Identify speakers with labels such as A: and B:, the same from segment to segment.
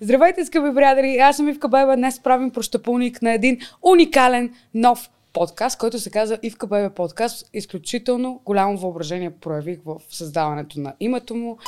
A: Здравейте, скъпи приятели! Аз съм Ивка Беба. Днес правим прощапълник на един уникален нов подкаст, който се казва Ивка Бебе подкаст. Изключително голямо въображение проявих в създаването на името му.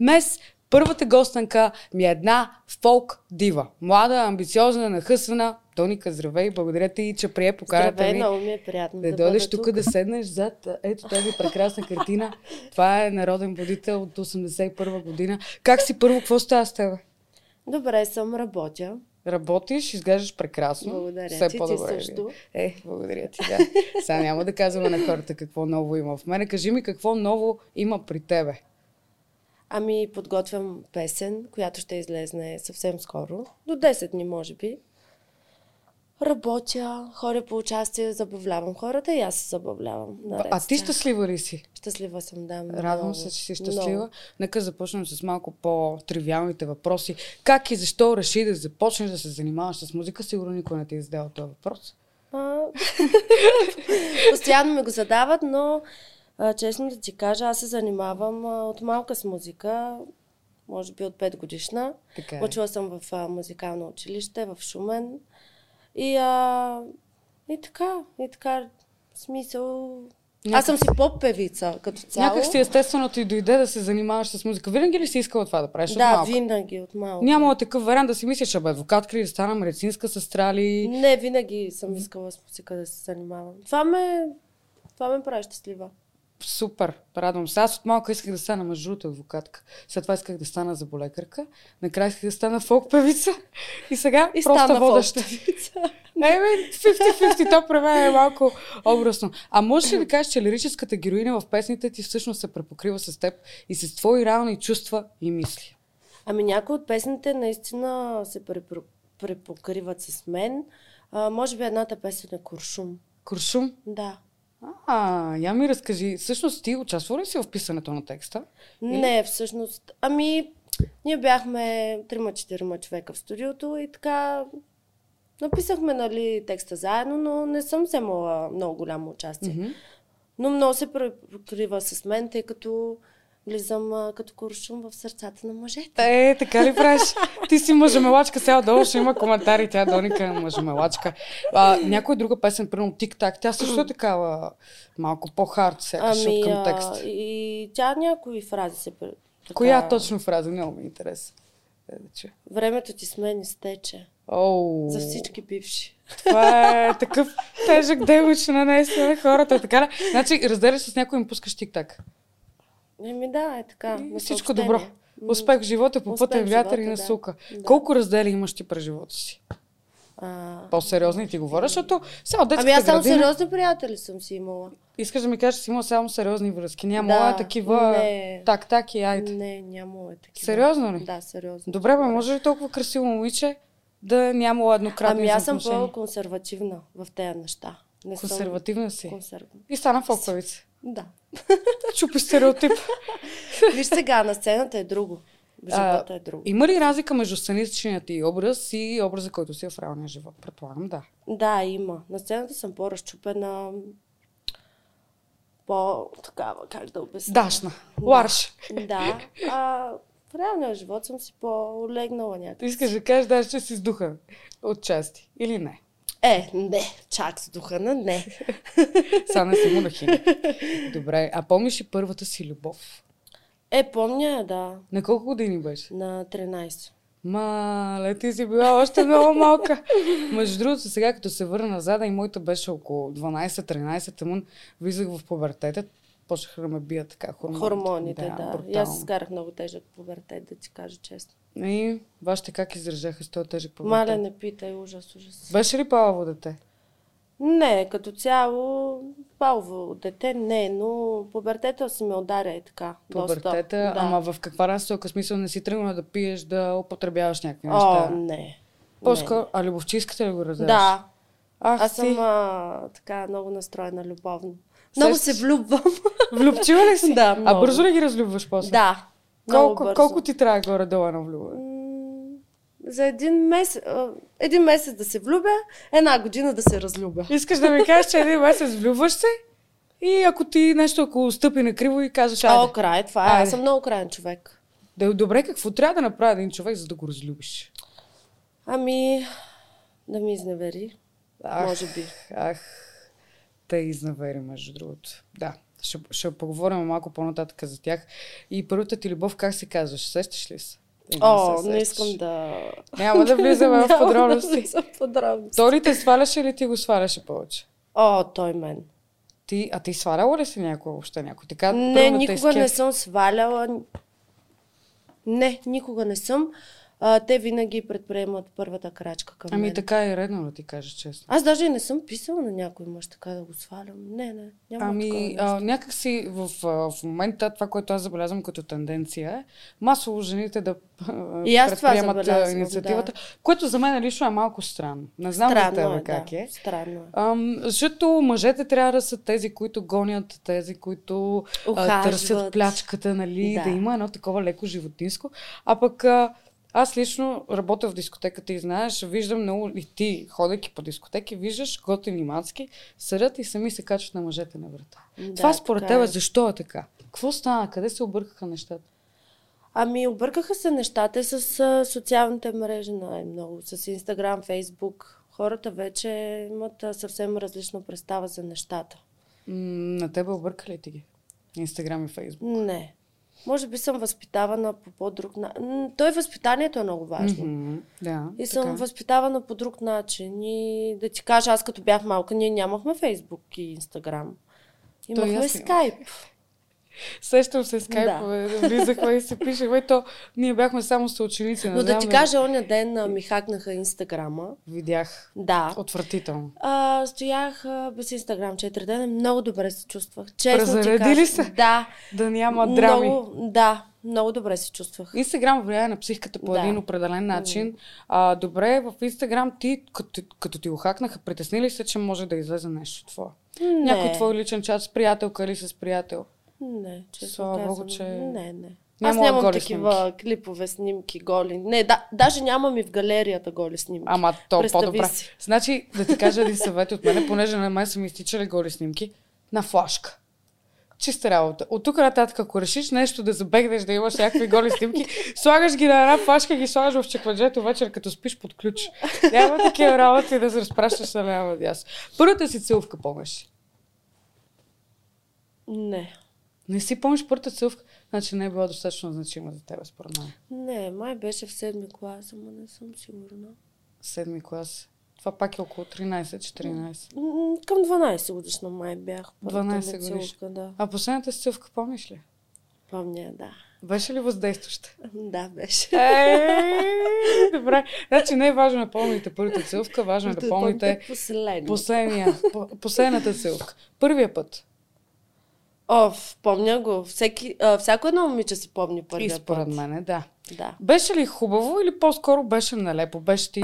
A: Днес първата гостенка ми е една фолк дива. Млада, амбициозна, нахъсвана. Тоника, здравей! Благодаря ти, че прие поканата
B: Здравей,
A: ми.
B: много ми е приятно
A: Да,
B: да,
A: дойдеш
B: бъда тук.
A: тук да седнеш зад а, ето тази прекрасна картина. Това е народен будител от 81 година. Как си първо? Какво става с теб?
B: Добре съм, работя.
A: Работиш, изглеждаш прекрасно.
B: Благодаря
A: Все
B: ти, ти
A: по-добре. ви е.
B: също.
A: Е, благодаря ти, да. Сега няма да казваме на хората какво ново има в мене. Кажи ми какво ново има при тебе.
B: Ами подготвям песен, която ще излезне съвсем скоро. До 10 дни, може би. Работя, ходя по участие, забавлявам хората и аз се забавлявам. Наред
A: а
B: с
A: ти
B: тях.
A: щастлива ли си?
B: Щастлива съм, да.
A: Радвам
B: много,
A: се, че си
B: много.
A: щастлива. Нека започнем с малко по-тривиалните въпроси. Как и защо реши да започнеш да се занимаваш с музика? Сигурно никой не ти е задал този въпрос.
B: А, Постоянно ми го задават, но а, честно да ти кажа, аз се занимавам а, от малка с музика, може би от 5 годишна.
A: Така е.
B: Учила съм в а, музикално училище в Шумен. И, а, и така, и така, в смисъл...
A: Някак
B: Аз съм си поп-певица като цяло.
A: Някак си естествено ти дойде да се занимаваш с музика. Винаги ли си искала това да правиш? от
B: Да,
A: малка?
B: винаги, от малко.
A: Нямала такъв вариант да си мислиш, абе, адвокатка ли да стана медицинска сестра ли?
B: Не, винаги съм искала с музика да се занимавам. Това ме, това ме прави щастлива.
A: Супер, радвам се. Аз от малка исках да стана между другото адвокатка. След това исках да стана заболекарка. Накрая исках да стана фолк певица. И сега
B: И
A: просто
B: стана
A: водеща.
B: поп-певица.
A: Не, бе, 50-50, то при мен е малко образно. А можеш ли да кажеш, че лирическата героиня в песните ти всъщност се препокрива с теб и с твои реални чувства и мисли?
B: Ами някои от песните наистина се препро- препокриват с мен. А, може би едната песен е Куршум.
A: Куршум,
B: Да.
A: А, я ми разкажи, всъщност ти участвала ли си в писането на текста?
B: Не, всъщност. Ами, ние бяхме трима-четирима човека в студиото и така написахме нали, текста заедно, но не съм вземала много голямо участие.
A: Мгм.
B: Но много се препокрива с мен, тъй като влизам а, като куршум в сърцата на мъжете.
A: Е, така ли правиш? Ти си мъжемелачка, сега отдолу ще има коментари, тя Доника е мъжемелачка. А, някоя друга песен, примерно Тик-так, тя също е такава малко по-хард сякаш от към текст.
B: Ами, а, и тя някои фрази се... пре- Така,
A: Коя точно фраза? Много ми е интересно. Е, да чуя.
B: Времето ти с мен изтече.
A: Оу,
B: За всички бивши.
A: Това е такъв тежък девочина, наистина хората. Така, ли? значи разделяш с някой и им пускаш тик-так.
B: Еми да, е така.
A: И
B: на
A: всичко
B: съобщение.
A: добро.
B: М.
A: Успех в живота, по
B: Успех
A: пътен
B: в
A: вятър и
B: живота,
A: на
B: да.
A: сука.
B: Да.
A: Колко раздели имаш ти през живота си?
B: А,
A: По-сериозни ти говоря, защото сега от детската
B: Ами аз само
A: градина...
B: сериозни приятели съм си имала.
A: Искаш да ми кажеш, че си имала само сериозни връзки. Няма
B: Да,
A: такива...
B: не.
A: Так, так и айде.
B: Не, нямало е такива.
A: Сериозно ли?
B: Да, сериозно.
A: Добре, бе, може ли толкова красиво момиче да нямало еднократни
B: Ами аз съм
A: взаимоотношения?
B: по-консервативна в тези неща. Не
A: Консервативна си.
B: Съм консервативна.
A: И стана фолковица.
B: Да.
A: Чупи стереотип.
B: Виж сега, на сцената е друго. Живота е друго.
A: Има ли разлика между сценичният ти образ и образа, който си е в реалния живот? Предполагам, да.
B: Да, има. На сцената съм по-разчупена, по-такава, как да обясня.
A: Дашна. Ларш.
B: Да. А, в реалния живот съм си по-легнала някак.
A: Ти искаш да кажеш, да, ще си с духа от части. Или не?
B: Е, не, чак с духа на не.
A: Сега не съм монахиня. Добре, а помниш ли първата си любов?
B: Е, помня, я, да,
A: На колко години беше?
B: на 13.
A: Мале, ти си била още много малка. Между другото, сега като се върна назад, а и моята беше около 12-13, тъмън, влизах в пубертета, почнаха да ме бият така хормоните.
B: Хормоните, да. И аз
A: брутално.
B: изкарах много тежък пубертет, да ти кажа честно.
A: И вашите как изражаха с този тежък пубертет?
B: Маля, не питай, ужас, ужас.
A: Беше ли палаво дете?
B: Не, като цяло, палво дете не, но пубертета си ме ударя и така. доста.
A: Пубертета, ама в каква насока? Смисъл не си тръгнала да пиеш, да употребяваш някакви
B: О,
A: неща.
B: не.
A: По-скоро, а любовчиската ли го
B: Не.
A: разделяш?
B: Да.
A: Ах,
B: Аз
A: ти.
B: съм а, така много настроена любовно. Много
A: Сещаш-
B: се влюбвам.
A: Влюбчива ли си?
B: Да,
A: А
B: много.
A: бързо ли ги разлюбваш после?
B: Да. много
A: Колко,
B: бързо.
A: колко ти трябва горе-долу на влюбване?
B: М, За един месец, а, един месец да се влюбя, една година да се разлюбя.
A: Искаш да ми кажеш, че един месец влюбваш се И ако ти нещо, ако стъпи на криво и кажеш,
B: О,
A: айде,
B: край, това е. Аз
A: Айде.
B: съм много краен човек.
A: да, е добре, какво трябва да направи един човек, за да го разлюбиш?
B: Ами, да ми изневери.
A: Ах.
B: Може би.
A: Ах, те изнавери, между другото. Да, ще, ще поговорим малко по-нататък за тях. И първата ти любов, как се казваш? Сещаш ли се? Или
B: О,
A: се
B: не
A: сещаш?
B: искам да...
A: Няма да влизаме в
B: Няма да
A: подробности.
B: влизам в подробности.
A: Той ли те сваляше или ти го сваляше повече?
B: О, той мен.
A: Ти, а ти сваляла ли си някой въобще някой? Така,
B: Не,
A: примерно, те
B: никога не
A: скеф-
B: съм сваляла. Не, никога не съм. А, те винаги предприемат първата крачка към
A: Ами
B: мен.
A: така е редно да ти кажа честно.
B: Аз даже и не съм писала на някой мъж така да го свалям. Не, не, няма
A: Ами,
B: такова. нещо.
A: а, някак си в, а, в момента това, което аз забелязвам като тенденция е масово жените да а,
B: И аз това
A: предприемат а,
B: забелязвам,
A: инициативата, което за мен лично е малко странно. Не знам за
B: Странно
A: тебе
B: е,
A: как
B: да.
A: е.
B: Странно е.
A: Ам, защото мъжете трябва да са тези, които гонят, тези, които а,
B: Ухажват.
A: търсят плячката, нали, да.
B: Да.
A: да има едно такова леко животинско. А пък а, аз лично работя в дискотеката и знаеш, виждам много и ти, ходейки по дискотеки, виждаш готини мацки, съдят и сами се качват на мъжете на врата.
B: Да,
A: Да, Това според
B: така
A: тебе
B: е.
A: защо е така? Какво стана? Къде се объркаха нещата?
B: Ами, объркаха се нещата и с а, социалните мрежи най-много. С Инстаграм, Фейсбук. Хората вече имат а, съвсем различна представа за нещата.
A: М, на тебе объркали ти ги? Инстаграм и Фейсбук.
B: Не. Може би съм възпитавана по по-друг начин. Той възпитанието е много важно. Mm-hmm.
A: Мгм, Да,
B: И съм
A: така. е.
B: възпитавана по друг начин. И да ти кажа, аз като бях малка, ние нямахме Фейсбук и Инстаграм.
A: То и
B: Имахме
A: аз
B: Скайп.
A: Сещам се скайп,
B: Да.
A: да. влизахме и се пишехме, то ние бяхме само съученици. не
B: Но да
A: знам
B: ти
A: ли-
B: кажа, оня ден а, ми хакнаха Инстаграма.
A: Видях.
B: Да.
A: Отвратително.
B: А, стоях а, без Инстаграм 4 дена. Много добре се чувствах. Честно ти
A: Презареди
B: кажа.
A: ли се?
B: Да.
A: Да няма драми.
B: Много, да. Много добре се чувствах.
A: Инстаграм влияе на психиката по
B: Да.
A: един определен начин. А, добре, в Инстаграм ти, като, като ти го хакнаха, притесни ли се, че може да излезе нещо твое?
B: Не.
A: Някой твой личен чат с приятелка или с приятел?
B: Не, честно
A: Слава
B: казано.
A: Богу, че
B: Не, не. Аз
A: няма
B: нямам
A: голи
B: такива клипове, снимки, голи. Не, да, даже нямам и в галерията голи снимки.
A: Ама то
B: Представи
A: по-добре.
B: си.
A: Значи, да ти кажа един съвет от мене, понеже на мен са ми изтичали голи снимки, на флашка. Чиста работа. От тук нататък, ако решиш нещо да забегнеш, да имаш някакви голи снимки, слагаш ги на една флашка, ги слагаш в чекладжето вечер, като спиш под ключ. Няма такива работи да се разпращаш на ляво надясно. Първата си целувка, помниш? ли?
B: Не.
A: Не си помниш първата целувка, значи не е била достатъчно значима за теб, според мен.
B: Не, май беше в седми клас, ама не съм сигурна.
A: Седми клас. Това пак е около 13-14.
B: М, Към 12 годишна май бях. първата ми
A: 12 годишна.
B: целувка, Да.
A: А последната си целувка, помниш ли?
B: Помня, да.
A: Беше ли въздействаща?
B: Да, беше.
A: Е, Добре. Значи не е важно да помните първата целувка, важно е да
B: Ще
A: помните
B: помните Последно.
A: последния, по- последната целувка. Първия път.
B: Оф, помня го. Всеки, а, всяко едно момиче си помни
A: И
B: първия
A: според
B: път.
A: мене, да.
B: Да.
A: Беше ли хубаво или по-скоро беше нелепо? Беше ти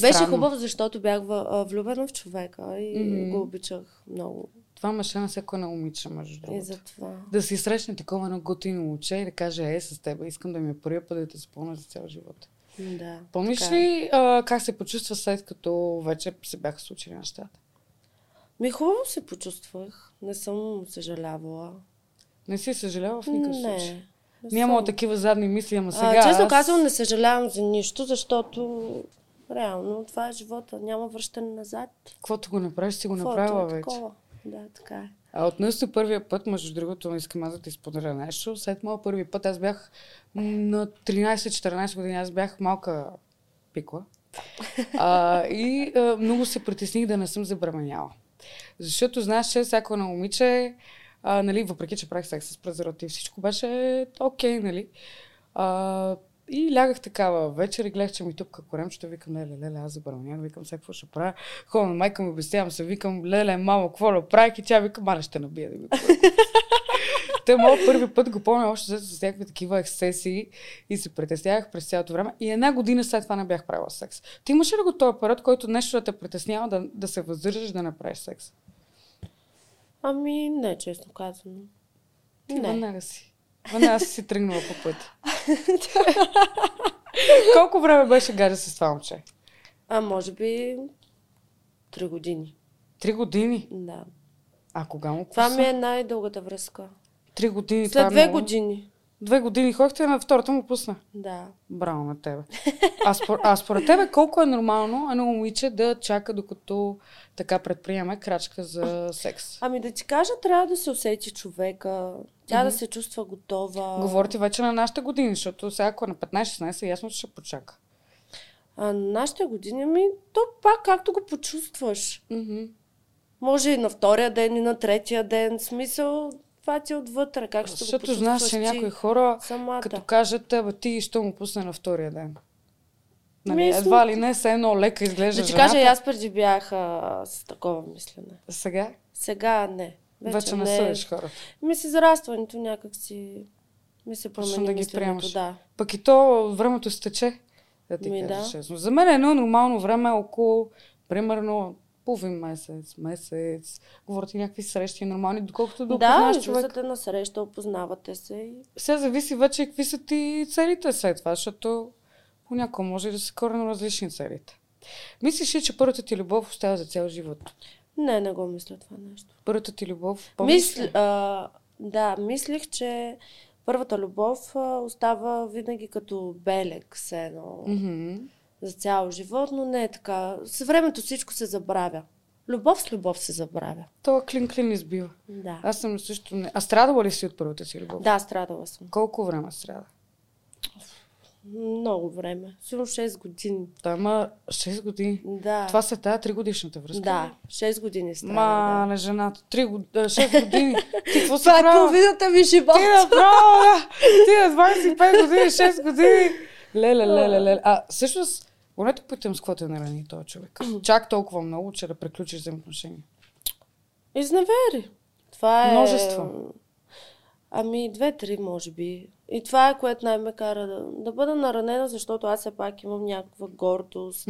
B: Беше
A: странно?
B: хубаво, защото бях в- а, влюбена в човека и
A: Мгм.
B: го обичах много.
A: Това мъже на всяко едно момиче, между
B: И
A: другото.
B: затова.
A: Да си срещне такова едно готино момче и да каже, е, с теб, искам да ми е първия път да те запомня за цял живот.
B: Да.
A: Помниш
B: така е.
A: ли а, как се почувства след като вече се бяха случили нещата?
B: Ми хубаво се почувствах. Не съм съжалявала.
A: Не си съжалява в никакъв случай?
B: не.
A: Нямала
B: съм.
A: такива задни мисли, ама сега
B: а, честно
A: аз...
B: казвам, не съжалявам за нищо, защото реално това е живота. Няма връщане назад.
A: Каквото го направиш, си го
B: Каквото е
A: направила вече.
B: такова. Да, така е.
A: А относно първия път, между другото, искам аз да ти споделя нещо. След моя първи път, аз бях м, на 13-14 години, аз бях малка пикла. А, и а, много се притесних да не съм забременяла. Защото знаеш, че всяко едно момиче, а, нали, въпреки, че правих секс с презерватив, всичко беше окей, нали. А, и лягах такава вечер и гледах, че ми тупка коремчето, викам, леле, леле, аз забранявам, викам, сега какво ще правя. Хора, на майка ми обяснявам се, викам, леле, мамо, какво да правих? И тя вика, маля ще набия да ми Те моят първи път го помня още взето с някакви такива ексцесии и се притеснявах през цялото време. И една година след това не бях правила секс. Ти имаш ли го този период, който нещо да те притеснява да, да се въздържаш да не правиш секс?
B: Ами, не, честно казано.
A: Ти
B: Не.
A: веднага си. Веднага си си тръгнала по пътя. Колко време беше гадже с това момче?
B: А може би три години.
A: Три години.
B: Да.
A: А кога му
B: Това
A: пуса?
B: ми е най-дългата връзка.
A: Три години. това
B: След
A: е
B: две
A: много.
B: години.
A: Две години ходихте на втората му пусна.
B: Да.
A: Браво на тебе. А, спор, а според тебе колко е нормално едно момиче да чака докато така предприема крачка за секс?
B: Ами да ти кажа, трябва да се усети човека. Тя да се чувства готова.
A: Говорите вече на нашите години, защото сега ако е на 15-16, ясно че ще почака.
B: А на нашите години ми, то пак както го почувстваш. Може и на втория ден, и на третия ден. В смисъл, това ти е отвътре. Как ще го
A: Защото
B: почувстваш
A: знаеш, че
B: ти
A: някои хора,
B: самата.
A: като кажат, абе ти ще му пусне на втория ден. Нали,
B: Мисля-
A: едва ли не, се едно лека изглежда
B: Да ти
A: жената.
B: кажа, и аз преди бях а, с такова мислене.
A: Сега
B: Сега не. е.
A: вече, не съдиш хората.
B: Ми се зарастването някак си ми се
A: Почна
B: промени
A: да ги
B: мисленето,
A: приемаш.
B: да.
A: Пък и то времето стече, да ти
B: Ми,
A: кажа
B: да.
A: честно. За мен е едно нормално време е около, примерно, половин месец, месец. Говорите някакви срещи нормални, доколкото да
B: Да,
A: опознаеш човек.
B: излизате на среща, опознавате се и
A: Сега зависи вече какви са ти целите след това, защото понякога може и да са коренно различни целите. Мислиш ли, че първата ти любов остава за цял живот?
B: не, не го мисля това нещо.
A: Първата ти любов, помниш
B: Мисл,
A: ли?
B: а, да, мислих, че първата любов а, остава винаги като белег, все едно,
A: Мгм.
B: за цял живот, но не е така. С времето всичко се забравя. Любов с любов се забравя.
A: Това клин-клин избива.
B: Да.
A: Аз съм също не... А страдала ли си от първата си любов?
B: Да, страдала съм.
A: Колко време страда?
B: Много време. Сигурно 6 години.
A: Той има 6 години.
B: Да.
A: Това са тая 3 годишната връзка.
B: Да, 6 години страдах.
A: Ма,
B: Да.
A: на жената. 3 год... 6 години. Ти какво си
B: Това е
A: правила?
B: половината ми живот.
A: Ти на права, ти е на 25 години, 6 години. Леле, леле, леле. А всъщност, поне те питам с какво те нарани този човек. Чак толкова много, че да приключиш взаимоотношения.
B: Изневери. Това е...
A: Множество.
B: Ами, две-три, може би. И това е, което най-ме кара да, да бъда наранена, защото аз все пак имам някаква гордост,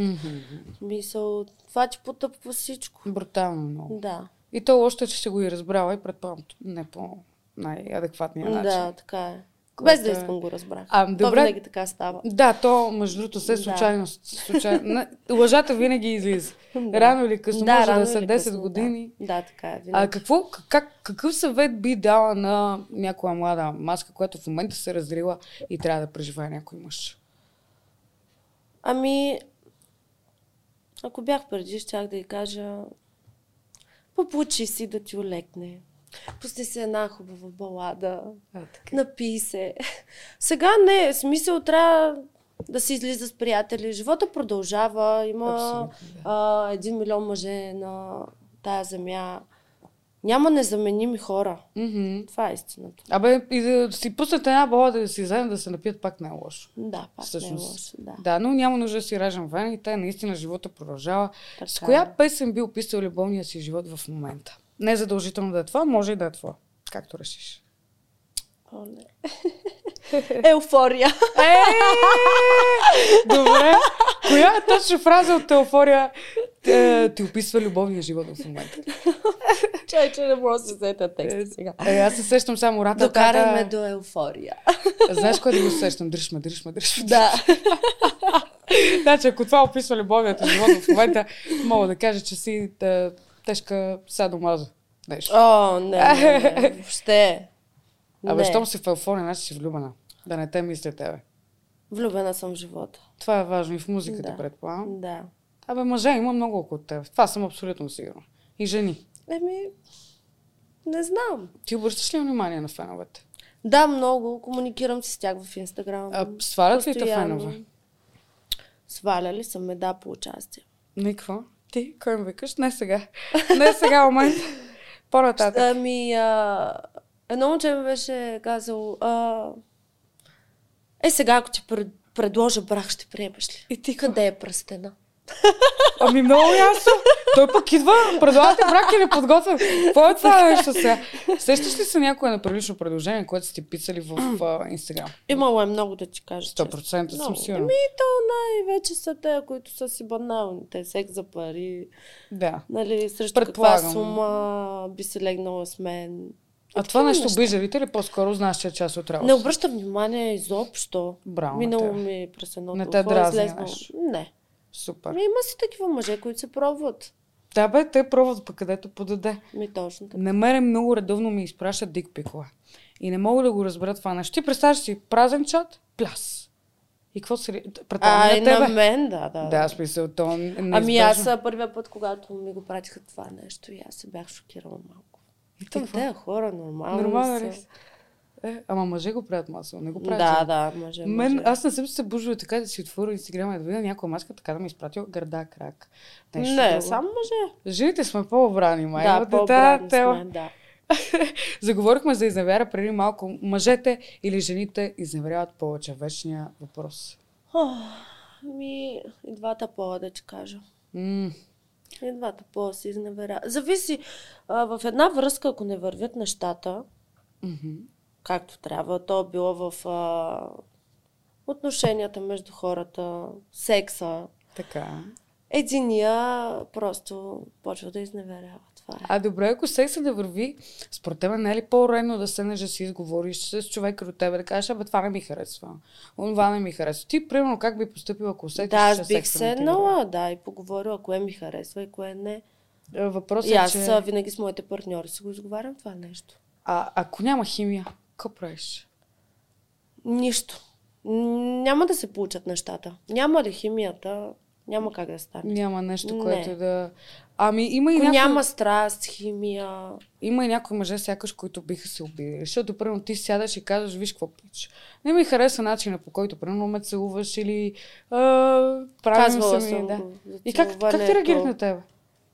B: мисъл. Това ти потъпва всичко.
A: Брутално много.
B: Да.
A: И то още, че си го и разбрала и предполагам, не по най-адекватния начин.
B: Да, така е.
A: Ами, значи. Което
B: Без да
A: е-
B: искам го разбрах.
A: А,
B: То
A: добре.
B: винаги така става.
A: Да, то, между другото, се
B: Да.
A: случайно. случайно. на- Лъжата винаги излиза.
B: Да.
A: Рано или късно, може
B: рано
A: да са
B: или
A: 10
B: късно, да.
A: години.
B: Да. така е. Винаги.
A: А какво, как, какъв съвет би дала на някоя млада маска, която в момента се разрила и трябва да преживее някой мъж?
B: Ами, ако бях преди, щях да й кажа, поплачи си да ти олекне. Пусти се една хубава балада.
A: А, така.
B: Напи се. Сега не, в смисъл трябва да се излиза с приятели. Живота продължава. Има
A: Абсолютно,
B: а, един милион мъже на тая земя. Няма незаменими хора.
A: Мгм.
B: Това е истината.
A: Абе, и да си пуснат една бала да си заедно да се напият, пак не е лошо.
B: Да, пак не е
A: Всъщност.
B: лошо. Да.
A: Да, но няма нужда да си ражен вен и те наистина живота продължава. С
B: Така
A: коя
B: е.
A: песен би описал любовния си живот в момента? Не е задължително да е това, може и да е това. Както решиш.
B: е. Оле. Еуфория.
A: Е! Добре. Коя е точно фраза от Еуфория е, ти описва любовния живот в момента?
B: Чай, че не мога да се сета
A: Е,
B: текста сега.
A: Е, аз се сещам само рата.
B: Докараме до еуфория.
A: Знаеш кой да го сещам? Дръж ме, дръж ме, дръж ме.
B: Да.
A: Значи, ако това описва любовният живот в момента, мога да кажа, че си да, тежка садомаза. Нещо.
B: О, не, не, не. Въобще.
A: Абе,
B: не.
A: щом си в еуфория, значи си влюбена. Да не те мисля тебе.
B: Влюбена съм в живота.
A: Това е важно и в музиката,
B: Да.
A: предполагам.
B: Да.
A: Абе, мъже има много около теб. Това съм абсолютно сигурна. И жени.
B: Еми, не знам.
A: Ти обръщаш ли внимание на феновете?
B: Да, много. Комуникирам си с тях в Инстаграм.
A: А, свалят ли те
B: Постоянно.
A: фенове?
B: Сваляли са ме, да, по участие.
A: Никва. Ти, кой ми викаш? Не сега. Не сега, момент. По-нататък.
B: Ами, а, едно момче ми беше казал, а, е сега, ако ти пред, предложа брак, ще приемеш ли?
A: И ти
B: Къде е пръстена?
A: Ами много ясно. Той пък идва, предлага ти брак или подготвя. Какво е това нещо сега? Сещаш ли се някое неприлично предложение, което сте писали в а, Инстаграм?
B: Имало е много да ти кажа. честно.
A: 100% съм
B: Много. Ами,
A: сигурна.
B: Еми, то най-вече са те, които са си баналните. Секс за пари,
A: Да.
B: нали, срещу
A: Предполагам.
B: каква сума би се легнала с мен.
A: А това нещо обиждали ли по-скоро знаеш, че е част от
B: Не
A: работа?
B: обръщам внимание изобщо.
A: Браво на
B: Минало
A: тебе.
B: ми е през едно
A: Не те
B: ухо,
A: дразни
B: излезнало-
A: нещо?
B: Не.
A: Супер.
B: Ами, има си такива мъже, които се пробват.
A: Да, бе, те пробват пък където подаде.
B: Ми точно така.
A: На мене много редовно ми изпращат дикпикове. И не мога да го разбера това нещо. Ти представяш си празен чат, пляс. И какво се... Предполагам
B: А, и
A: на е тебе.
B: на мен, да, да.
A: Да, в смисъл, то не
B: Ами аз а, първия път, когато ми го пратиха това нещо, и аз се бях шокирала малко. Викам,
A: какво?
B: те хора, нормално
A: Нормално
B: са.
A: ли? си? Е, ама мъже го правят масово, не го правят.
B: Да,
A: жени.
B: да, може.
A: Мен,
B: може.
A: аз не съм се бужила така да си отворя инстаграма и да видя някоя маска, така да ми изпратила гърда, крак. Нещо
B: Не,
A: друго.
B: само мъже.
A: Жените сме по-обрани, май.
B: да,
A: от
B: по-обрани
A: тази тема.
B: сме, да.
A: Заговорихме за изневяра преди малко. Мъжете или жените изневеряват повече? Вечния въпрос.
B: Ох, Ми, и двата пола, да ти кажа.
A: М,
B: И двата пола се изневера. Зависи, а, в една връзка, ако не вървят нещата,
A: мгм.
B: както трябва. То било в а, отношенията между хората, секса.
A: Така.
B: Единия просто почва да изневерява. Това е.
A: А добре, ако секса да върви, според тебе не е ли по-рено да седнеш да си изговориш с човек като тебе, да кажеш, абе това не ми харесва, онова не ми харесва. Ти, примерно, как би поступила, ако усетиш,
B: да, аз
A: че
B: бих
A: секса не ти е
B: седнала, да, и поговорила кое ми харесва и кое не.
A: върви? Е, Въпросът
B: И
A: е,
B: аз
A: че...
B: а, винаги с моите партньори си го изговарям това е нещо.
A: А, ако няма химия, какво правиш?
B: Нищо. М, Няма да се получат нещата. Няма ли химията, няма как да стане.
A: Няма нещо,
B: Не.
A: което да... Ами има и,
B: Ако
A: някои,
B: няма страст, химия,
A: има и някои мъже, сякаш, които биха се обидели. Защото, примерно, ти сядаш и казваш, виж какво пич. Не ми харесва начина, по който, примерно, ме целуваш или а, правим
B: казвала
A: се ми.
B: съм
A: Да.
B: го. за
A: И как, как ти
B: целуването.
A: реагирах на тебе?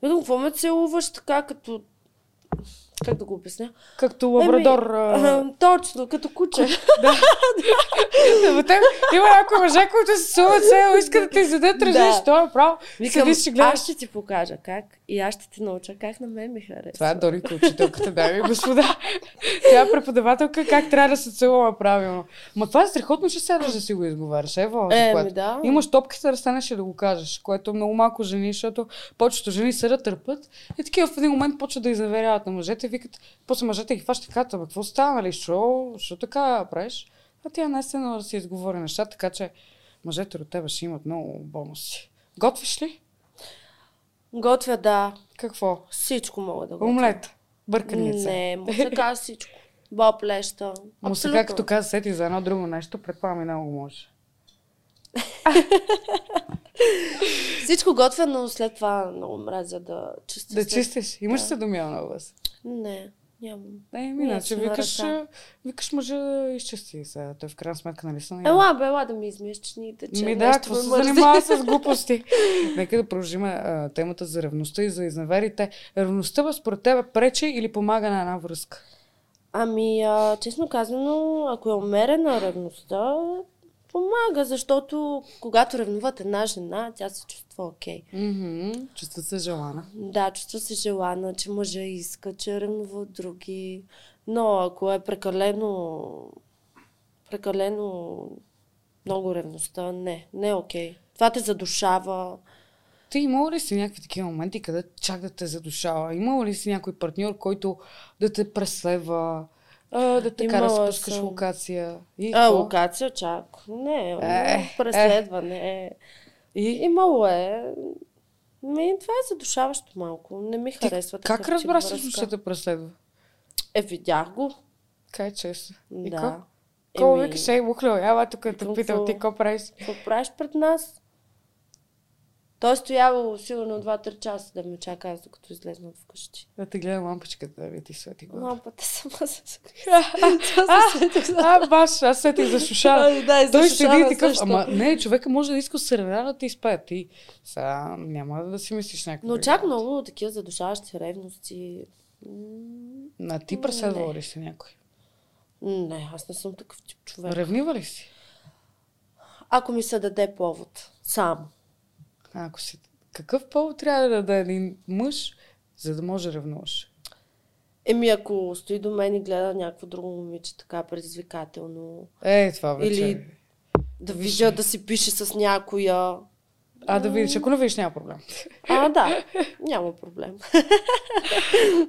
B: Викам, какво ме целуваш така, като... Как да го обясня?
A: Както лабрадор.
B: Еми,
A: а,
B: точно, като куче.
A: да, те, има някои мъже, които се суват се, искат да те изядат,
B: Да.
A: режеш, това е право. Викам, Седиш и гледаш.
B: аз ще ти покажа как и аз ще ти науча как на мен ми харесва.
A: Това е Дорика учителката, дами и господа. Тя е преподавателка, как трябва да се целува правилно. Ма това е страхотно, че сядаш да си го изговаряш. Ево, за
B: Еми,
A: което.
B: да.
A: Имаш топките да станеш и да го кажеш, което много малко жени, защото повечето жени се да търпят и такива в един момент почват да изнаверяват на мъжете и викат, после мъжете ги фащат и казват, «Абе, какво става, нали, що, що така правиш? А тя наистина да си изговори неща, така че мъжете от тебе ще имат много бонуси. Готвиш ли?
B: Готвя, да.
A: Какво?
B: Всичко мога да готвя.
A: Омлет. Бърканица.
B: Не, мусака всичко. Боб леща.
A: Му сега,
B: Абсолютно.
A: като каза, сети за едно друго нещо, предполагам и много може.
B: Всичко готвя, но след това много мразя да чистя.
A: Да
B: след-
A: чистиш. Имаш се домял на вас.
B: Не, нямам.
A: Не,
B: Не,
A: мина, че
B: с една
A: Е, значи, викаш,
B: ръка.
A: а, викаш мъжа да изчисти сега. Той в крайна сметка, нали са на
B: Ела, бе, ела да ми измишчините, че
A: Ми да,
B: нещо
A: какво
B: ме
A: се
B: мързи.
A: занимава с глупости? Нека да продължим а, темата за ревността и за изнаверите. Ревността, бе, според тебе, пречи или помага на една връзка?
B: Ами, а, честно казано, ако е умерена ревността, помага, защото когато ревнуват една жена, тя се чувства окей.
A: Мгм, Чувства се желана.
B: Да, чувства се желана, че мъжа иска, че ревнува от други. Но ако е прекалено, прекалено много ревността, не, не е окей. Това те задушава.
A: Ти имала ли си някакви такива моменти, където чак да те задушава? Имала ли си някой партньор, който да те преследва, а, да те кара да
B: Имала
A: спускаш
B: съм.
A: локация? И,
B: А,
A: какво?
B: локация, чак. Не,
A: Е,
B: е, преследване. Е.
A: и
B: Имало е. Ми, това е задушаващо малко. Не ми
A: ти
B: харесва.
A: как
B: такъв
A: разбра
B: тип
A: се,
B: връзка.
A: че ще те преследва?
B: Е, видях го.
A: Кай често. И
B: Да.
A: Кол
B: Еми,
A: викаш, ей, бухлео, ела тук да те
B: какво?
A: питам, ти какво правиш?
B: Какво правиш пред нас? Той е стоял сигурно 2-3 часа да ме чака аз докато излезна от вкъщи.
A: Да те гледам лампичката, да ви ти свети глава.
B: Лампата сама се закри.
A: А, баш, аз сетих за шушара.
B: Да, и
A: Той
B: засушава
A: седи и такъв,
B: също.
A: ама не, човека може да иска съревна да те изпее. Ти сега няма да си мислиш някакво.
B: Но чак много такива задушаващи ревности. М,
A: На ти преследвала
B: Не.
A: ли си някой?
B: Не, аз не съм такъв тип човек.
A: Ревнива ли си?
B: Ако ми се даде повод, само.
A: А, Ако си... Какъв повод трябва да даде един мъж, за да може да ревнуваш?
B: Еми, ако стои до мен и гледа някакво друго момиче, така предизвикателно,
A: Е, това вече.
B: Или-
A: Или...
B: да видя да си пише с някоя.
A: А, да видиш. Ако не видиш, няма проблем.
B: А, да, няма проблем.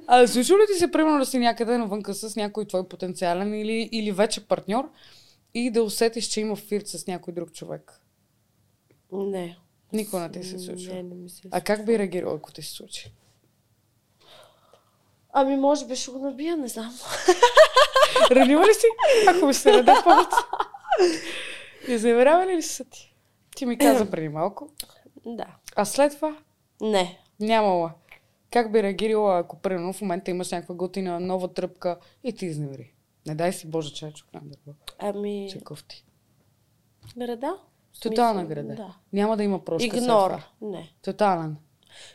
A: А, случва ли ти се, примерно, да си някъде навънка с някой твой потенциален или, или вече партньор и да усетиш, че има фирт с някой друг човек?
B: Не,
A: Никога не ти се случва.
B: Не, не ми се
A: А как би реагирал, ако ти се случи?
B: Ами, може би ще го набия, не знам.
A: Ранила ли си? Ако ми се даде повод. И заверявали ли са ти? Ти ми каза преди малко.
B: Да.
A: А след това
B: Не.
A: нямала. Как би реагирала, ако примерно в момента имаш някаква готина нова тръпка и ти изневери? Не дай си Боже, че е чоколад дърво.
B: Ами,
A: Че кофти.
B: града? В смисъл,
A: Тотална града.
B: Да.
A: Няма да има прошка след това.
B: Игнор. Не.
A: Тотален.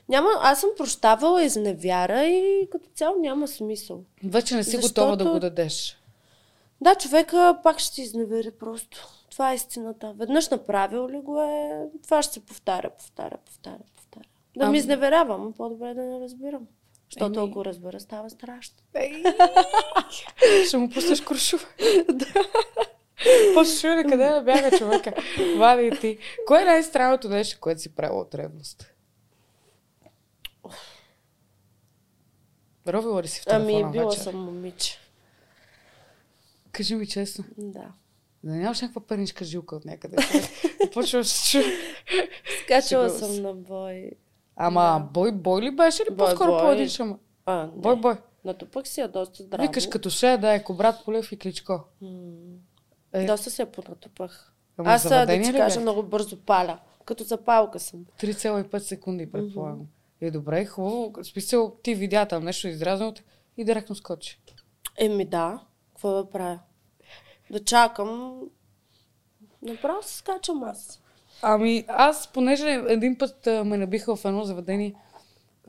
B: Няма, аз съм прощавала изневяра и като цяло няма смисъл.
A: Вече не си готова да
B: Защото-
A: го дадеш.
B: Да, човека пак ще изневери просто. Това е истината. Веднъж направил ли го е, това ще се повтаря, повтаря, повтаря, повтаря. Да
A: Ам-
B: ми изневерявам, по-добре да не разбирам. Защото
A: Ами- Еми.
B: ако разбера, става страшно.
A: Ще му пуснеш куршума. да. По-шуя на къде да бяга човека. Вади и ти. Кое е най-странното нещо, което си правила от ревност? Ровила ли си в телефона
B: Ами, била
A: вечер?
B: съм момиче.
A: Кажи ми честно.
B: Да.
A: Да нямаш някаква перничка жилка от някъде. И Почваш. чу-
B: Скачала
A: Шегувам се.
B: съм на бой.
A: Ама бой, бой ли беше ли
B: Бой,
A: по-скоро
B: бой.
A: по-единшама?
B: А, не.
A: Бой, бой.
B: Но то пък си е доста здраво.
A: Викаш като ше, да, еко брат Полев и Кличко.
B: М,
A: Е.
B: Доста се понатупах.
A: Ама
B: Аз, а, да
A: заведение
B: ти
A: ли
B: кажа,
A: бях?
B: много бързо паля. Като запалка съм.
A: 3,5 секунди, предполагам. И добре, хубаво. В Смисъл, ти видя там нещо изразнало те и директно скочи.
B: Еми да, какво да правя? Да чакам. Направо се скачам аз.
A: Ами, аз, понеже един път а, ме набиха в едно заведение,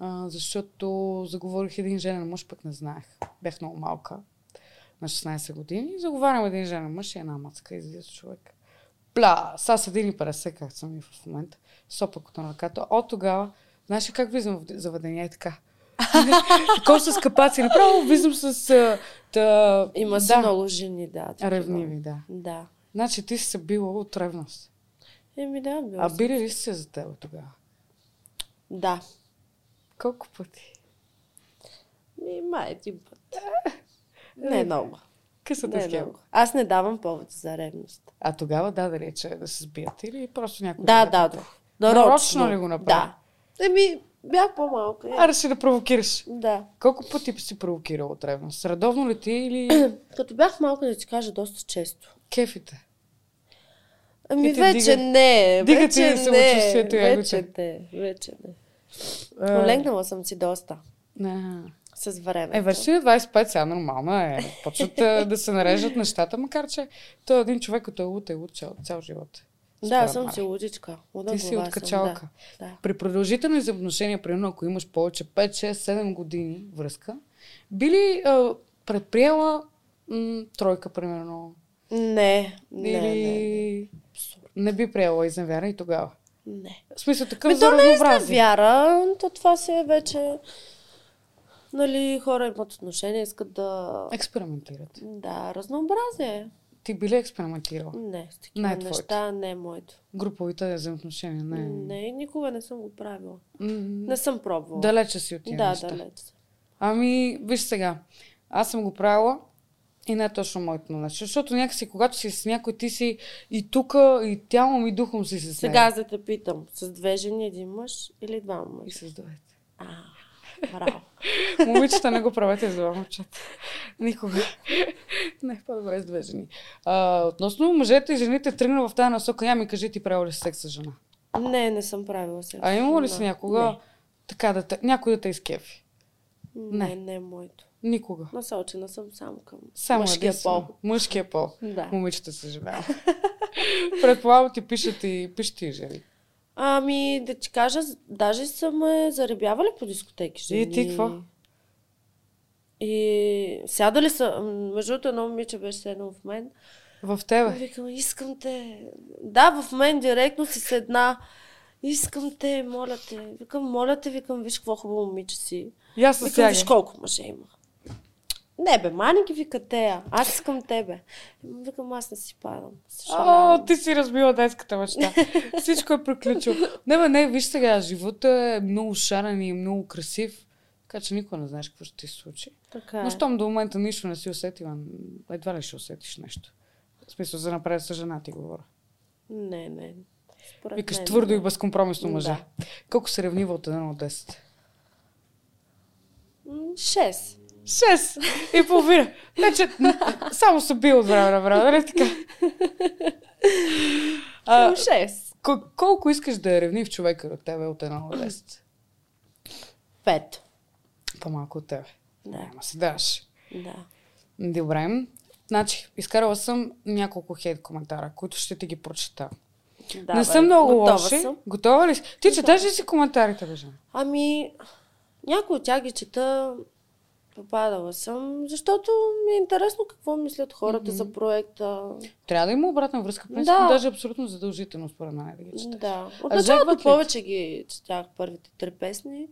A: а, защото заговорих един женен мъж, пък не знаех. Бях много малка, на 16 години. Заговарям един женен мъж и една мацка излиза човек. Пла, са с 1,50, както съм и в момента. Сопъкото на ръката. От тогава, знаеш ли как влизам в заведение? Е така. Такова с капаци. Направо влизам с... а, та-
B: Има си
A: да,
B: много жени, да. такива.
A: Ревниви, да.
B: Да.
A: Значи ти си се била от ревност.
B: Еми да, била
A: А
B: съм.
A: били ли си се за теб тогава?
B: Да.
A: Колко пъти?
B: И май
A: е
B: един път. Не е много.
A: Късата
B: Не
A: с
B: е много. Аз не давам повод за ревност.
A: А тогава да, да рече да се сбият или просто някой...
B: Да,
A: да-
B: да, да.
A: Нарочно ли го направи?
B: Да. Еми, бях по-малка. е.
A: А реши да провокираш.
B: Да.
A: Колко пъти си провокирал от ревност? Редовно ли ти или
B: Като бях малка, да ти кажа, доста често.
A: кефите?
B: Ами
A: И те
B: вече
A: Е, дига-
B: не. е,
A: дига ти
B: вече
A: самочувствието,
B: не, е.
A: яготе.
B: Вече не. е, Вече не. Олегнала съм си доста
A: Е, Не.
B: с времето.
A: Е, вече на 25 сега нормално е. Почват а, да се нареждат нещата, макар че той е един човек, като е лут, е лут цял, цял живот.
B: Да,
A: Според
B: аз съм
A: мен.
B: си лудичка. Луда
A: Ти си
B: глава
A: от качалка.
B: Съм, да. да.
A: При продължителни взаимоотношения, примерно ако имаш повече 5, 6, 7 години връзка, би ли а, предприела м, тройка, примерно?
B: Не, не,
A: Или
B: не, не.
A: не, би приела изневяра и тогава?
B: не.
A: В смисъл такъв
B: Ми
A: Ами за
B: то не е за
A: разнообразие.
B: вяра, то това си е вече... Нали, хора имат отношения, искат да...
A: Експериментират.
B: Да, разнообразие.
A: Ти би ли експериментирала?
B: Не, с
A: Не
B: такива
A: е твоето.
B: неща не е моето.
A: Груповите взаимоотношения? Не.
B: Не, никога не съм го правила.
A: М,
B: Не съм пробвала.
A: далече си от тия
B: да,
A: неща.
B: далеч. съм.
A: Ами, виж сега. Аз съм го правила и не е точно моето нещо. Защото някакси, когато си с някой, ти си и тука, и тялом, и духом си с
B: Сега
A: него.
B: за те питам, с две жени, един мъж или два
A: И
B: мъжа?
A: с дуете.
B: А, браво.
A: Момичета, не го правете за момчета. Никога. не, по-добре с две жени. А, относно мъжете и жените, тръгна в тази насока. Я ми кажи, ти правила ли си секс с жена?
B: Не, не съм правила сега.
A: А имало ли си някога
B: Не,
A: така да те, някой да те изкефи?
B: не, не, не е моето.
A: Никога.
B: Насочена съм само към
A: Само
B: мъжкия
A: единствено.
B: пол.
A: Мъжкия пол.
B: Да.
A: Момичета съжалявам. Предполагам ти пишат и пишат и жени.
B: Ами, да ти кажа, даже са ме заребявали по дискотеки жени.
A: И ти какво?
B: И сядали са, м, между другото едно момиче беше седнало в мен.
A: В
B: И
A: тебе.
B: Викам, искам те. Да, в мен директно си седна. Искам те, моля те. Викам, моля те, викам, виж какво хубаво момиче си.
A: И аз се
B: Викам,
A: сяга.
B: виж колко мъже има. Не бе, мани ги вика тея. Аз искам тебе. Викам, аз не си падам.
A: О,
B: Съжалявам.
A: ти си разбила детската мечта. Всичко е приключило. Не, бе, не, виж сега, живота е много шарен и много красив. Така че никога не знаеш какво ще ти се случи.
B: Така е.
A: Но щом до момента нищо не си усетила, едва ли ще усетиш нещо. В смисъл, за напред с жена ти говоря.
B: Не, не. Според
A: Викаш
B: мен,
A: твърдо
B: да.
A: и безкомпромисно мъже.
B: Да.
A: Колко се ревнива от 1 на 10?
B: М, Шест.
A: Шест и половина. Не, че само се бил от време на време, нали така? А,
B: Към шест.
A: кол- колко искаш да е ревнив човека от тебе от 1 на 10?
B: Пет.
A: По-малко от тебе.
B: Да.
A: Няма се даш.
B: Да.
A: Добре. Значи, изкарала съм няколко хейт коментара, които ще ти ги прочета.
B: Давай.
A: не съм много
B: Готова
A: лоши.
B: съм.
A: Готова ли си? Ти четеш ли си коментарите, бежа?
B: Ами, някои от тях ги чета, попадала съм, защото ми е интересно какво мислят хората за проекта.
A: Трябва да има обратна връзка. Принцип, да.
B: Да.
A: даже абсолютно задължително, според мен, да ги четеш.
B: Да. От
A: А жегват ли
B: началото
A: те?
B: повече ги четях първите три песни.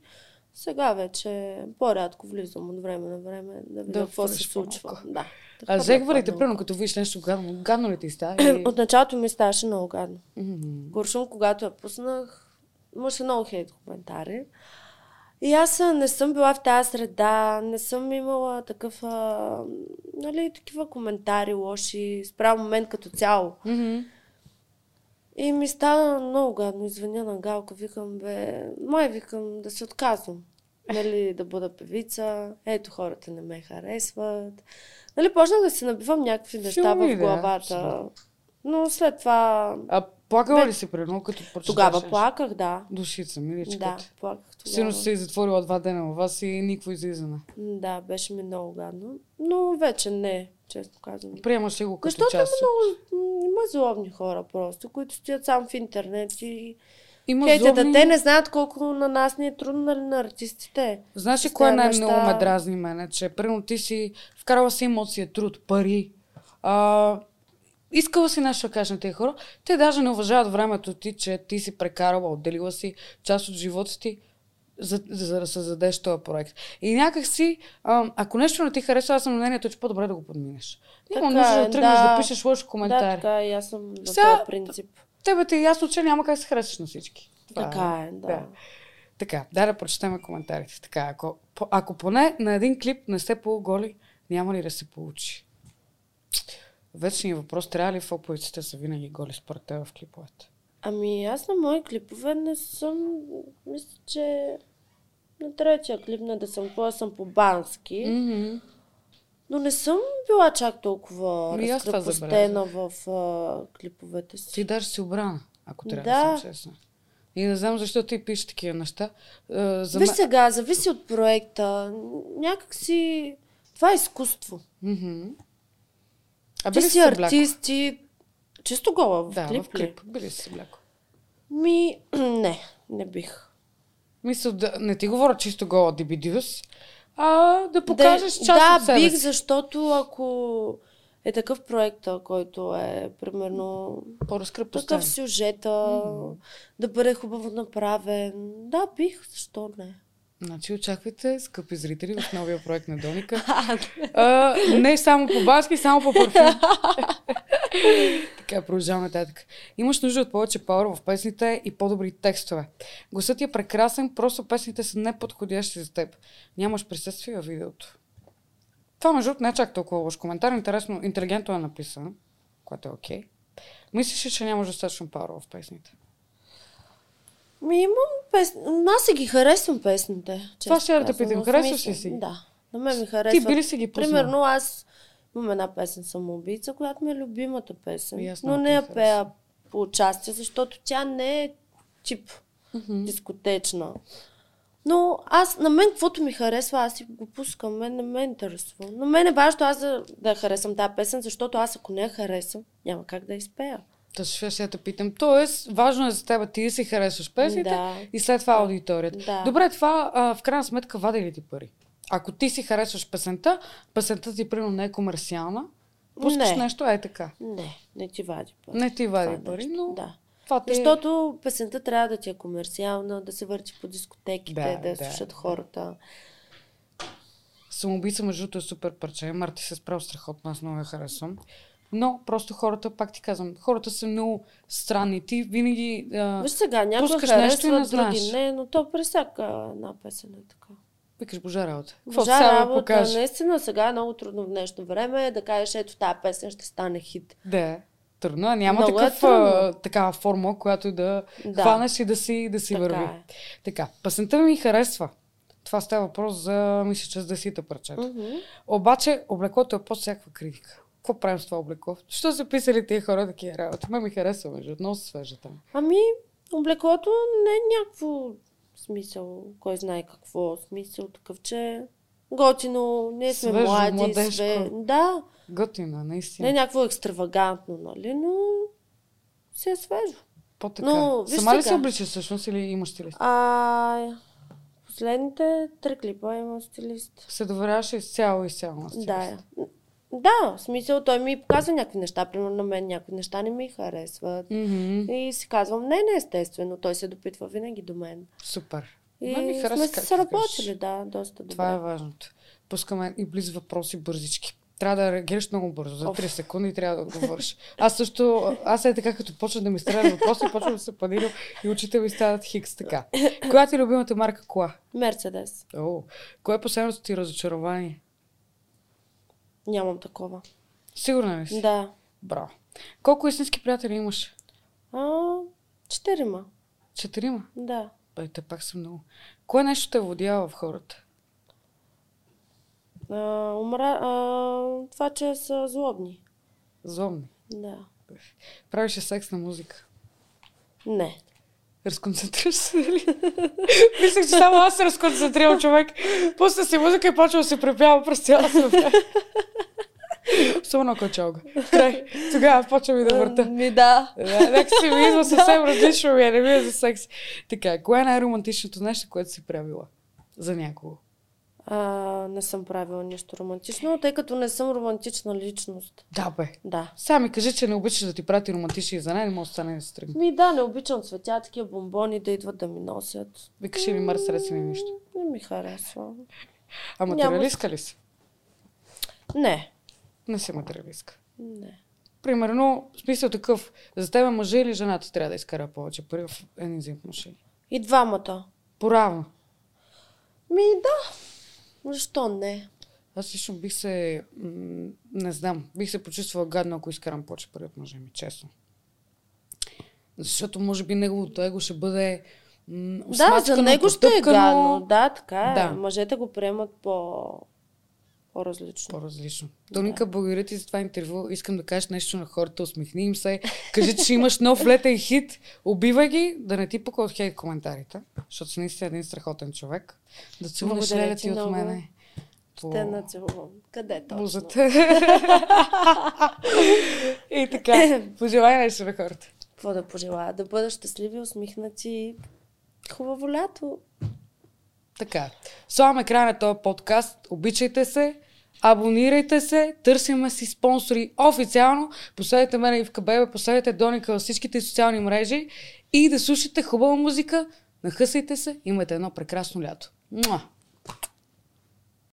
B: Сега вече по-рядко влизам от време на време да видя
A: Да
B: какво се
A: хвърлиш
B: случва.
A: по-малко.
B: Да.
A: А
B: Хвърля
A: взех валите,
B: по-малко.
A: примерно, като видиш нещо гадно, гадно ли ти става? И...
B: От началото ми ставаше много гадно.
A: М,
B: Горшум, когато я пуснах, имаше много хейт коментари. И аз а, не съм била в тази среда, не съм имала такъв, а, нали, такива коментари лоши спрямо мен като цяло.
A: мгм.
B: И ми стана много гадно, извиня на Галка, викам бе, май викам да се отказвам. Нали, да бъда певица, ето хората не ме харесват. Нали, почнах да си набивам някакви неща
A: Филми,
B: в
A: да,
B: главата.
A: абсолютно.
B: Но след това...
A: А плакала ли си, примерно, като прочетеш?
B: Тогава
A: нещо?
B: плаках, да.
A: Душица, миличката.
B: Да,
A: Да.
B: плаках тогава.
A: Сигурно се е затворила два дена във вас и никакво излизане.
B: М, Да, беше ми много гадно. Но вече не, честно казвам.
A: Приемаш ли го като
B: Защото има
A: част? от-
B: много м, има злобни хора просто, които стоят само в интернет и
A: Има
B: хейтят, а
A: злобни-
B: те не знаят колко на нас ни е трудно, нали, на артистите.
A: Знаеш ли
B: С
A: кое
B: тези
A: най-много
B: неща-
A: ме дразни мене? Че, примерно, ти си вкарала си емоция, труд, пари. А, искала си нещо да кажеш на тези хора. Те даже не уважават времето ти, че ти си прекарала, отделила си част от живота ти, за, за да създадеш този проект. И някак си, а, ако нещо не ти харесва, аз съм на мнението, че по-добре да го подминеш. Няма
B: Така
A: нужда
B: е,
A: да тръгнеш да,
B: да.
A: пишеш лоши
B: Да,
A: коментари.
B: така е. и аз съм на
A: Сега-
B: този принцип.
A: Тебе ти е ясно, че няма как да се харесаш на всички. Това
B: Така е, да.
A: Така, дай да прочетем коментарите. Така, ако, по- ако поне на един клип не сте полуголи, няма ли да се получи? Вечният въпрос, трябва ли фоповиците са винаги голи според теб в клиповете?
B: Ами аз на мои клипове не съм, мисля, че на третия клип на да съм, какво да съм по бански.
A: Mm-hmm.
B: Но не съм била чак толкова
A: Ми, Ами, аз това
B: разкрепостена в а, клиповете си.
A: Ти даже си обрана, ако трябва да,
B: Да.
A: съм честна. И не знам защо ти пишеш такива неща. Е, За
B: Виж
A: мен-
B: сега, зависи от проекта. Някак си... Това е изкуство.
A: Мгм. А
B: ти
A: били
B: си
A: събляко?
B: артист и... Чисто гола в
A: Да,
B: клип,
A: в клип.
B: Ли?
A: Били си бляко.
B: Ми, не, не бих.
A: Мисля, да, не ти говоря чисто гола дебидиус, а да покажеш
B: да,
A: част
B: да,
A: от себе
B: бих,
A: си.
B: защото ако е такъв проект, който е примерно
A: По-разкръпостен.
B: такъв сюжета, да бъде хубаво направен. Да, бих, защо не?
A: Значи очаквайте, скъпи зрители, в новия проект на Доника. а, не само по баски, само по парфюм. така, продължаваме нататък. Имаш нужда от повече пауър в песните и по-добри текстове. Гласът ти е прекрасен, просто песните са неподходящи за теб. Нямаш присъствие във видеото. Това, между другото, не е чак толкова лош коментар. Интересно, интелигентно е написан, което е окей. Мислиш ли, че нямаш достатъчно пауър в песните?
B: Ми имам песни. Аз си ги харесвам песните. честно
A: ще я да те
B: казано.
A: питам.
B: В
A: Харесваш ли
B: смисъл-
A: си ги?
B: Да. На мен ми харесва.
A: би ли си ги пуснала?
B: Примерно аз имам една песен самоубийца, която ми е любимата песен.
A: И Ами аз
B: но
A: много
B: не
A: ти я
B: я пея по участие, защото тя не е тип дискотечна. Но аз, на мен каквото ми харесва, аз си го пускам. Мен не ме интересува. На мен е важно аз да, да я харесвам тази песен, защото аз ако не я харесам, няма как да я изпея.
A: Точно ще те питам. Тоест, важно е за теб ти да си харесваш песните
B: Да.
A: и след това аудиторията.
B: Да.
A: Добре, това а, в крайна сметка вади ли ти пари? Ако ти си харесваш песента, песента ти примерно не е комерциална, пускаш
B: Не.
A: нещо, е така.
B: Не, не ти вади пари.
A: Не ти вади
B: Това е
A: пари,
B: нещо,
A: но
B: Да.
A: това ти... е
B: Защото песента трябва да ти е комерциална, да се върти по дискотеките,
A: Да,
B: да, да, я
A: да,
B: слушат
A: да.
B: хората.
A: Самоубийца, между другото, е супер парче. Марти се справил страхотно, аз много я харесвам. Но просто хората, пак ти казвам, хората са много странни. Ти винаги... А,
B: Виж сега, някои
A: пускаш нещо и
B: харесват,
A: не
B: не други
A: знаеш.
B: не, но то при всяка една песен е така.
A: викаш, божа работа. Какво
B: Божа
A: сега да
B: работа,
A: покажа?
B: наистина сега е много трудно в днешно време да кажеш, ето тази песен ще стане хит.
A: Да. трудна. Няма
B: Много е
A: такъв,
B: трудно.
A: а, такава формула, която да,
B: Да.
A: хванеш и да си, да си
B: Така
A: върви.
B: е.
A: Така, песента ми харесва. Това става въпрос за, мисля, че с десита парчета.
B: Мгм.
A: Обаче, облеклото е под всякаква критика. Какво правим с това облекло? Що са писали тия хора такива работи? Ме ми харесва, между отново се свежа там.
B: Ами, облеклото не е някакво смисъл, кой знае какво смисъл, такъв, че готино, ние сме
A: Свежо,
B: млади,
A: младежко.
B: све... Да,
A: Готина,
B: не е
A: наистина.
B: някакво екстравагантно, нали, но се е свежо.
A: По-така.
B: Но, виж
A: Сама ли се
B: сега.
A: обличаш всъщност или имаш стилист?
B: А, последните три клипа има стилист.
A: Се доверяваш изцяло и изцяло на стилист.
B: Да. е. Да, в смисъл той ми показва някакви неща, примерно на мен някои неща не ми харесват.
A: Мгм.
B: И си казвам, не, не, естествено, той се допитва винаги до мен.
A: Супер.
B: И
A: Ме ми
B: сме
A: харесва как
B: се
A: го кажеш.
B: работили, да, доста добре.
A: Това е важното. Пускаме и близ въпроси бързички. Трябва да реагираш много бързо. За
B: Оф.
A: 3 секунди трябва да отговориш. Аз също, аз е така, като почна да ми стрелят въпроси, почвам да се панирам и очите ми стават хикс така. Коя ти е любимата марка кола?
B: Мерцедес.
A: О, кое е последното ти разочарование?
B: Нямам такова.
A: Сигурна ли си?
B: Да.
A: Браво. Колко истински приятели имаш?
B: А, четирима.
A: Четирима?
B: Да.
A: Бе, те пак са много. Кое нещо те водява в хората?
B: А, умра... а, това, че са злобни.
A: Зомни.
B: Да.
A: Правиш секс на музика.
B: Не.
A: Разконцентрираш се, нали? Мислех, че само аз се разконцентрирам човек. Пусна си музика и почва да се препява през цялата време. Особено ако е чалга. Край. Тогава почвам и да
B: А,
A: върта.
B: Ми Ами да.
A: Да, Нека си ми идва съвсем различно ми, е, не ми е за секс. Така, кое е най-романтичното нещо, което си правила за някого?
B: А, не съм правила нищо романтично, тъй като не съм романтична личност.
A: Да, бе.
B: Да.
A: Сега ми кажи, че не обичаш да ти прати романтични изненади, не може да стане да се тръгне.
B: Ми да, не обичам цветя, такива бомбони да идват да ми носят.
A: Викаш ли мърсрец или нищо?
B: Не ми харесва.
A: А
B: Няма.
A: материалистка ли си?
B: Не.
A: Не си материалистка.
B: Не.
A: Примерно, в смисъл такъв, за тебе мъжа или жената трябва да изкара повече пари в едни взаимоотношения.
B: И двамата.
A: Поравно.
B: Ми да. Защо не?
A: Аз лично бих се... м, не знам. Бих се почувствала гадно, ако изкарам повече пари от мъжа ми, честно. Защото може би неговото его ще бъде м,
B: Да, за
A: смачкано,
B: него ще е
A: потъпкано,
B: гадно. Да, така е.
A: Да.
B: Да. Мъжете го приемат по... по-различно.
A: По-различно.
B: Да.
A: Доника, благодаря ти за това интервю. Искам да кажеш нещо на хората. Усмихни им се. Кажи, че имаш нов летен хит. Убивай ги, да не ти пука от хейт коментарите, защото си наистина един страхотен човек. Да целуваш
B: Благодаря
A: леля
B: ти
A: ти от
B: много.
A: мене.
B: Те нацелувам. Къде точно?
A: музата. И така, пожелай нещо на хората.
B: Какво да пожелая? Да бъдат щастливи, усмихнати. и Хубаво лято.
A: Така, слагаме край на този подкаст. Обичайте се, абонирайте се, търсиме си спонсори официално. Последете мен и в Кабебе, последете Доника във всичките социални мрежи и да слушате хубава музика. Нахъсайте се, имате едно прекрасно лято. Муа!